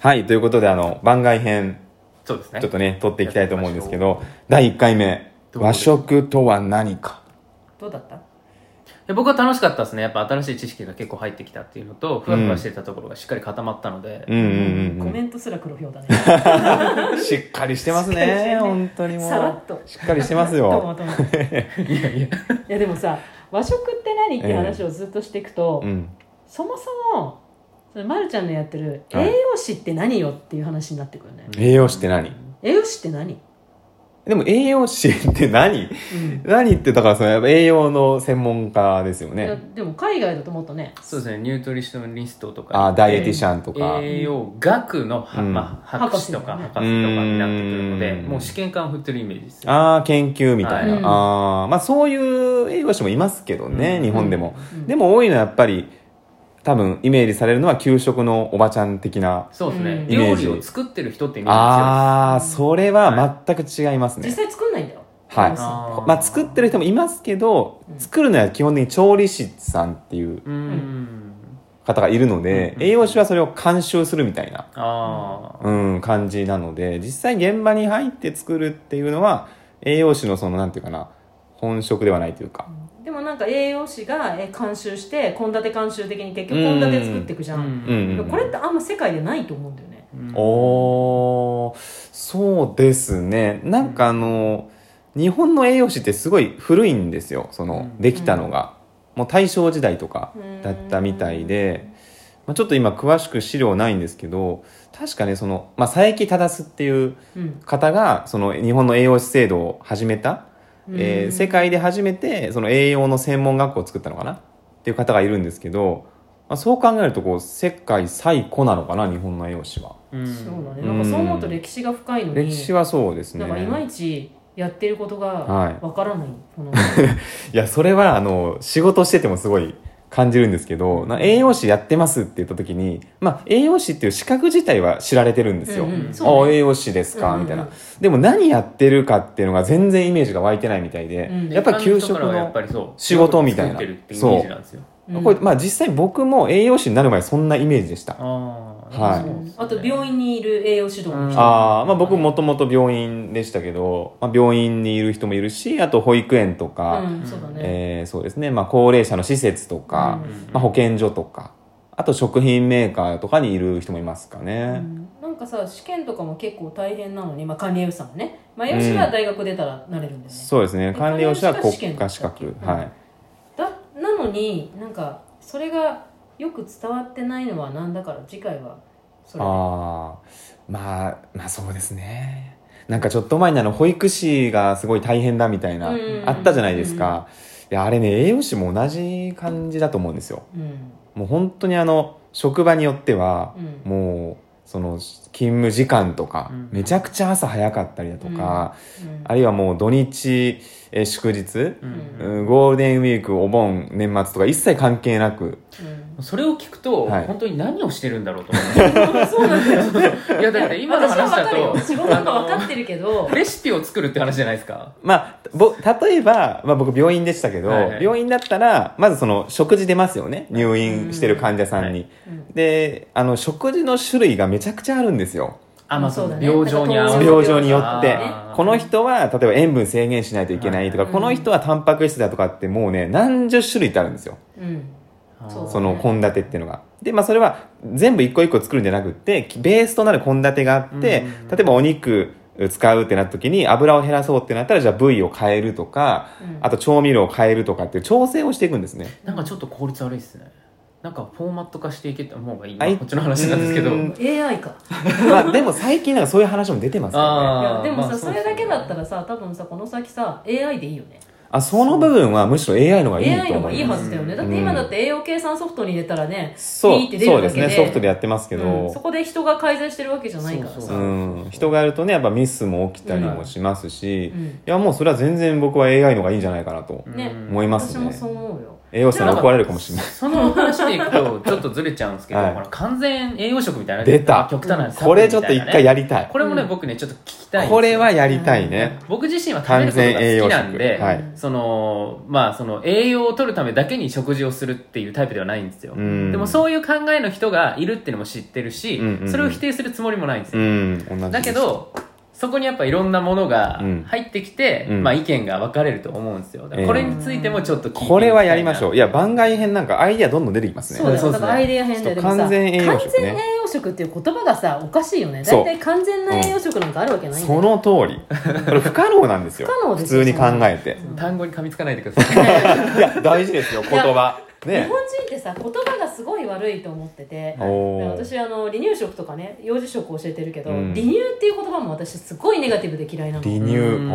はい、ということで、あの、番外編、そうですねちょっとね、撮っていきたいと思うんですけど、第1回目、どう和食とは何か。どうだったで僕は楽しかったですねやっぱ新しい知識が結構入ってきたっていうのとふわふわしてたところがしっかり固まったので、うんうんコうんメントすら黒票だねうん。しっかりしてます しっかね、りしてるね本当にもう。さらっとしっかりしてますどうもよ。どうも いやいやいやでもさ和食って何って話をずっとしていくと、うん。そもそもそのまるちゃんのやってるはい栄養士って何よっていう話になってくるね、栄養士って何栄養士って何、でも栄養士って何うん何って、だからその、やっぱ栄養の専門家ですよいやね。でも海外だともっとねそうですねニュートリショニストとかあーダイエティシャンとか。栄養学の、はうんまあ、博士とか博士博士とかになってくるのでうんもう試験管を振ってるイメージですねああ、研究みたいな。はいああ、まあそういう栄養士もいますけどね、うん日本でも、うんでも多いのはやっぱり、多分イメージされるのは給食のおばちゃん的な。そうですうねん料理を作ってる人ってイメージ強いああ、それは全く違いますね。実際作んないんだよはい栄養です士あーまあ作ってる人もいますけど、うん作るのは基本的に調理師さんっていううん方がいるので、うん栄養士はそれを監修するみたいな、ああうん、感じなので、実際現場に入って作るっていうのは、栄養士のその、なんていうかな、本職ではないというか。でもなんか栄養士がえ監修して献立監修的に結局うん献立作っていくじゃん、うんでもこれってあんま世界でないと思うんだよねおーそうですねなんかあの、日本の栄養士ってすごい古いんですよその、うんできたのが、もう大正時代とかだったみたいで、まあ、ちょっと今詳しく資料ないんですけど確かねその、まあ、佐伯忠っていううん、方がその日本の栄養士制度を始めた、えーうん世界で初めてその栄養の専門学校を作ったのかなっていう方がいるんですけど、まあ、そう考えるとこう世界最古なのかな日本の栄養士は。うんそうだねなんかそう思うと歴史が深いのに、歴史はそうですねなんかいまいちやってることはいがわからない、このいやそれはあの仕事しててもすごい感じるんですけどな栄養士やってますって言った時に、まあ、栄養士っていう資格自体は知られてるんですよ、うんうんあそうね栄養士ですか、うんうんうんみたいなでも何やってるかっていうのが全然イメージが湧いてないみたいで、うんやっぱり給食一般人からはやっのぱりそう仕事みたいな作ってるってイメージなんですようんこれ、 まあ、実際僕も栄養士になる前そんなイメージでした、ああはいそうですねあと病院にいる栄養指導の人、あーまあ、僕もともと病院でしたけど、まあ、病院にいる人もいるしあと保育園とか、うんそうだね、えーそうですね、まあ、高齢者の施設とか、うんまあ、保健所とかあと食品メーカーとかにいる人もいますかうね、んなんかさ試験とかも結構大変なのに、まあ、管理栄養士さんはね、まあ、栄養士は大学出たらなれるんだよね、そうですねで管理栄養士は管理栄養士国家資が試格験だったっけはいだなのになんかそれがよく伝わってないのはなんだから次回はそれあーでまあまあそうですねなんかちょっと前にあの保育士がすごい大変だみたいな、うんあったじゃないですか、いやあれね栄養士も同じ感じだと思うんですようんもう本当にあの職場によってはうんもうその勤務時間とかうんめちゃくちゃ朝早かったりだとか、うんあるいはもう土日、えー祝日、うんうんゴールデンウィーク、お盆、年末とか一切関係なく。うんそれを聞くと、はい本当に何をしてるんだろうと思ってそうなんだ よいやだ って今の私は話だ分かるよと仕事とか分かってるけどあのレシピを作るって話じゃないですかまあ、ぼ、例えば、まあ僕病院でしたけど、はいはい病院だったら、まずその食事出ますよね。入院してる患者さんに。うんで、あの、食事の種類がめちゃくちゃあるんですよ。 あまあそそううだだね病状に合あわーせ病状によってあー。この人は、例えば塩分制限しないといけないとか、はいこの人はタンパク質だとかってもうね、何十種類ってあるんですよ。うんあーその献立っていうのが。で、まあそれは全部一個一個作るんじゃなくって、ベースとなる献立があって、うん例えばお肉使うってなった時に油を減らそうってなったら、じゃあ部位を変えるとか、うんあと調味料を変えるとかっていう調整をしていくんですね。 なんかちょっと効率悪いですねなんかフォーマット化していけた方がいいはないこっちの話なんですけどうん AI かまあでも最近なんかそういう話も出てますよね。いやーでもまさあそれだけだったらさ多分さこの先さ AI でいいよねあ、その部分はむしろ AI の方がいい AI との方思がいいいはまずす。だよねうんだって今だって栄養計算ソフトに入れたらねそいいってう、出るそうだでけすでね。ソフトでやってますけうんど。そ、こで人が改善してるわけじゃないからそうさそううん人がやるとね、やっぱミスも起きたりもしますし、うんいやもうそれは全然僕は AI の方がいいんじゃないかなとうんね思いますね。私もそう思うよ栄養士さんに怒られるかもしれないその話でいく とちょっとずれちゃうんですけど、はいほら完全栄養食みたいな出た極端なこれちょっと一回ややりたいこれもね、うん僕ねちょっと聞きたいんですよこれはやりたいね僕自身は食べることが好きなんで、完全栄養食はいそのまあその栄養を取るためだけに食事をするっていうタイプではないんですよ、うんでもそういう考えの人がいるっていうのも知ってるし、うんうんうんそれを否定するつもりもないんですうよ、ん同じですだけどそこにやっぱいろんなものがうん入ってきて、うんまあ、意見が分かれると思うんですよだからこれについてもちょっと聞いてみたいなこれはやりましょういや番外編なんかアイディアどんどん出てきますねそうだそうよですねだからアイデア変だよちょでっともさ完全栄養食ね完全栄養食っていう言葉がさおかしいよねそう大体完全な栄養食なんかあるわけないんだそよの通りこれ不可能なんですよ不可能普ですよ通に考えて単語に噛みつかないでくだ さいいや大事ですよ言葉日ね本人ってさ言葉がすごい悪いと思ってておー私あの離乳食とかね幼児食を教えてるけど、うん離乳っていう言葉も私すごいネガティブで嫌いな離の乳うんあ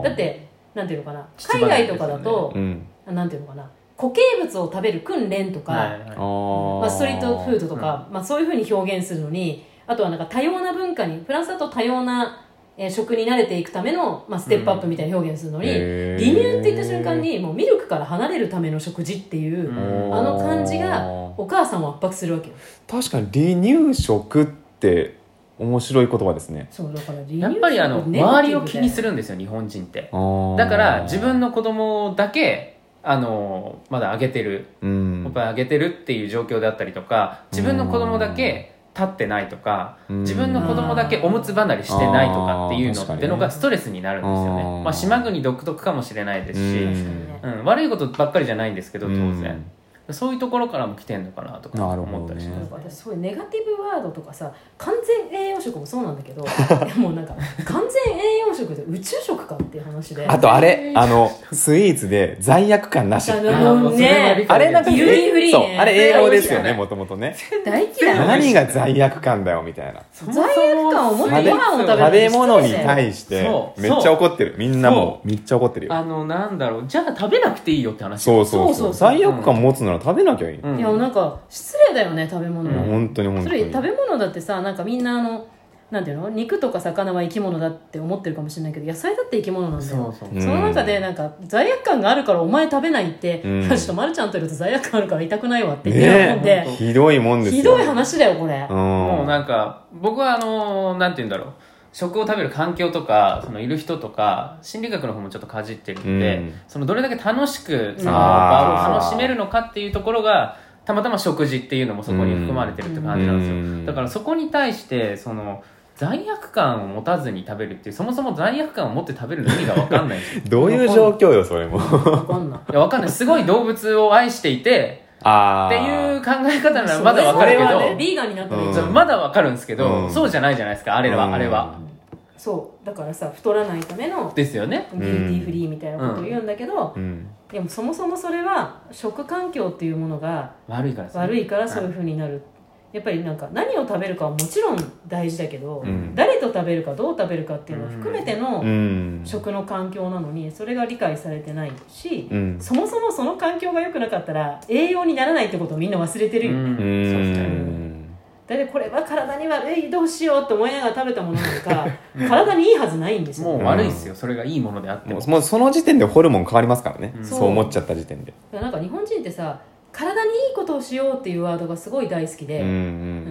ーだってなんていうのかな秩序海ないですよ外とねかだと、うんなんていうのかな固形物を食べる訓練とか、はあいはいーまあ、ストリートフードとか、まあ、そういうふうに表現するのにあとはなんか多様な文化にフランスだと多様な、えー食に慣れていくための、まあ、ステップアップみたいな表現するのに、へー離乳って言った瞬間にもうミルクから離れるための食事っていう、うんあの感じがお母さんを圧迫するわけよ確かに離乳食って面白い言葉ですねそうだから離乳やっぱりあのネガテ周ィりブを気にすでるんですよ日本人ってだだから自分の子供だけあのまだあげてるうんおっぱいあげてるっていう状況であったりとか自分の子供だけ立ってないとかうん自分の子供だけおむつ離れしてないとかっていうあー確かのっにてねのがストレスになるんですよあーね、まあ、島国独特かもしれないですうし、んうん、悪いことばっかりじゃないんですけど当う然んそういうところからも来てんのかなとかなるほどね思ったりします、私すごいネガティブワードとかさ完全栄養食もそうなんだけど いやもうなんか完全栄養食って宇宙食かっていう話であとあれあのスイーツで罪悪感なしあのもうねあれなんかユーリンフリーねそうあれ栄養ですよそうねもともとね大嫌い何が罪悪感だよみたいなそ罪悪感を持っ食てべご飯を食べる食べ物にい対してそうめっちゃ怒ってるみんなもうめっちゃ怒ってるよあのなんだろうじゃあ食べなくていいよって話そうそうそそうそうう罪悪感持つなら食べなきゃいいうんやなんか失礼だよね食べ物、うん本当に本そ当れに食べ物だってさなんかみんなあのなんていうの肉とか魚は生き物だって思ってるかもしれないけど野菜だって生き物なんだよそうそううんその中でなんか罪悪感があるからお前食べないって、うん ちょっとまるちゃんといると罪悪感あるから痛くないわって言ってるもんで、ねひどいもんですよひどい話だよこれうん、もうなんか僕はあのなんて言うんだろう食を食べる環境とかそのいる人とか心理学の方もちょっとかじってるんで、うんそのどれだけ楽しくそのあー場を楽しめるのかっていうところがたまたま食事っていうのもそこに含まれてるって感じなんですよ、うんだからそこに対してその罪悪感を持たずに食べるっていうそもそも罪悪感を持って食べるの意味が分かんないんですよどういう状況よそれも わかんないいや分かんないすごい動物を愛していてああっていう考え方ならまだ分かるけそどれはね、ビーガンになったらいいじゃんうんまだわかるんですけど、うんそうじゃないじゃないですかあれは、うんあれはそうだからさ太らないためのですよねギルティーフリーみたいなことを言うんだけど、うんでもそもそもそれは食環境っていうものが悪いからですね悪いからそういうふうになる、やっぱりなんか何を食べるかはもちろん大事だけど、うん誰と食べるかどう食べるかっていうのを含めてのうん食の環境なのにそれが理解されてないし、うんそもそもその環境が良くなかったら栄養にならないってことをみんな忘れてるよ、うんうそうですねんだってこれは体に悪いどうしようって思いながら食べたものなのか体にいいはずないんですよもう悪いですよそれがいいものであってももうもうその時点でホルモン変わりますからね、うんそう思っちゃった時点で、だからなんか日本人ってさ体にいいことをしようっていうワードがすごい大好きで、うんうんう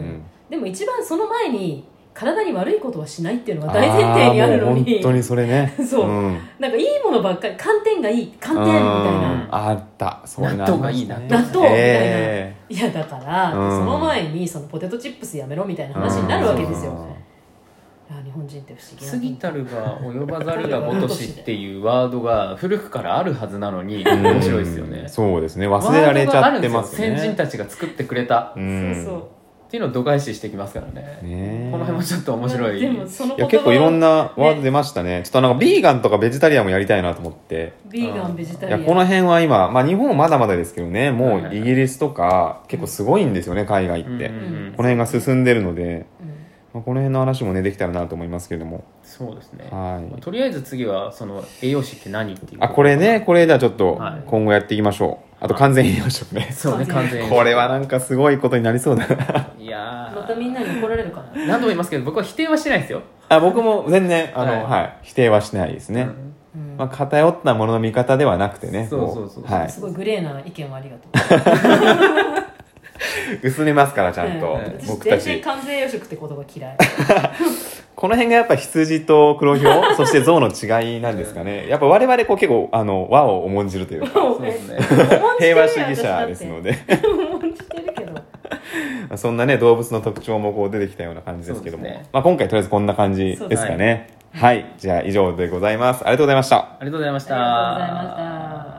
んでも一番その前に体に悪いことはしないっていうのが大前提にあるのーもう本に当にそれね、そうんなんかいいものばっかり寒天がいい寒天みたいうなんあったそういうの納豆がいいありまし納たね豆みたいな、えいやだから、うんその前にそのポテトチップスやめろみたいえな話になるわけですよ、ういや日本人って不思議な過ぎたるが及ばざるがごとしっていうワードが古くからあるはずなのにん面白いですよねうんそうですね忘れられちゃってますワードがあるんねですよ先人たちが作ってくれたうそうんそっていうのを度外視してきますからねねえこの辺もちょっと面白ういでもそのいや結構いろんななワード出ましたねちょっとなんかビーガンとかベジタリアンもやりたいなと思ってビーガンベジタいリやアンこの辺は今、まあ、日本はまだまだですけどねはいもはういイギリスとか結構すごいんですよね海外って、うんうんうんうんこの辺が進んでるので、うんまあ、この辺の話もねできたらなと思いますけれどもそうですね、はいまあとりあえず次はその栄養士って何っていうあこれねこれではちょっとはい今後やっていきましょうあと完全栄養食ね そうね完全栄養士これはなんかすごいことになりそうだ ないやーまたみんなに怒られるか何な度も言いますけど僕は否定はしてないですよあ僕も全然あの、ははいい否定はしないですね、うんうんまあ、偏ったものの見方ではなくてねそうそうそうもはいす、ごいグレーな意見をありが とう薄めますからちゃんと、はい私僕全た然ち完全養殖って言 葉嫌いこの辺がやっぱ羊と黒ひ ょうそして象の違いなんですかねやっぱ我々こう結構あの和を重んじるという かそうですね平和主義者ですのでで思んじてるけど そんなね動物の特徴もこう出てきたような感じですけども、そうですねまあ、今回とりあえずこんな感じですかねはい、じゃあ以上でございますありがとうございましたありがとうございましありたがとうございました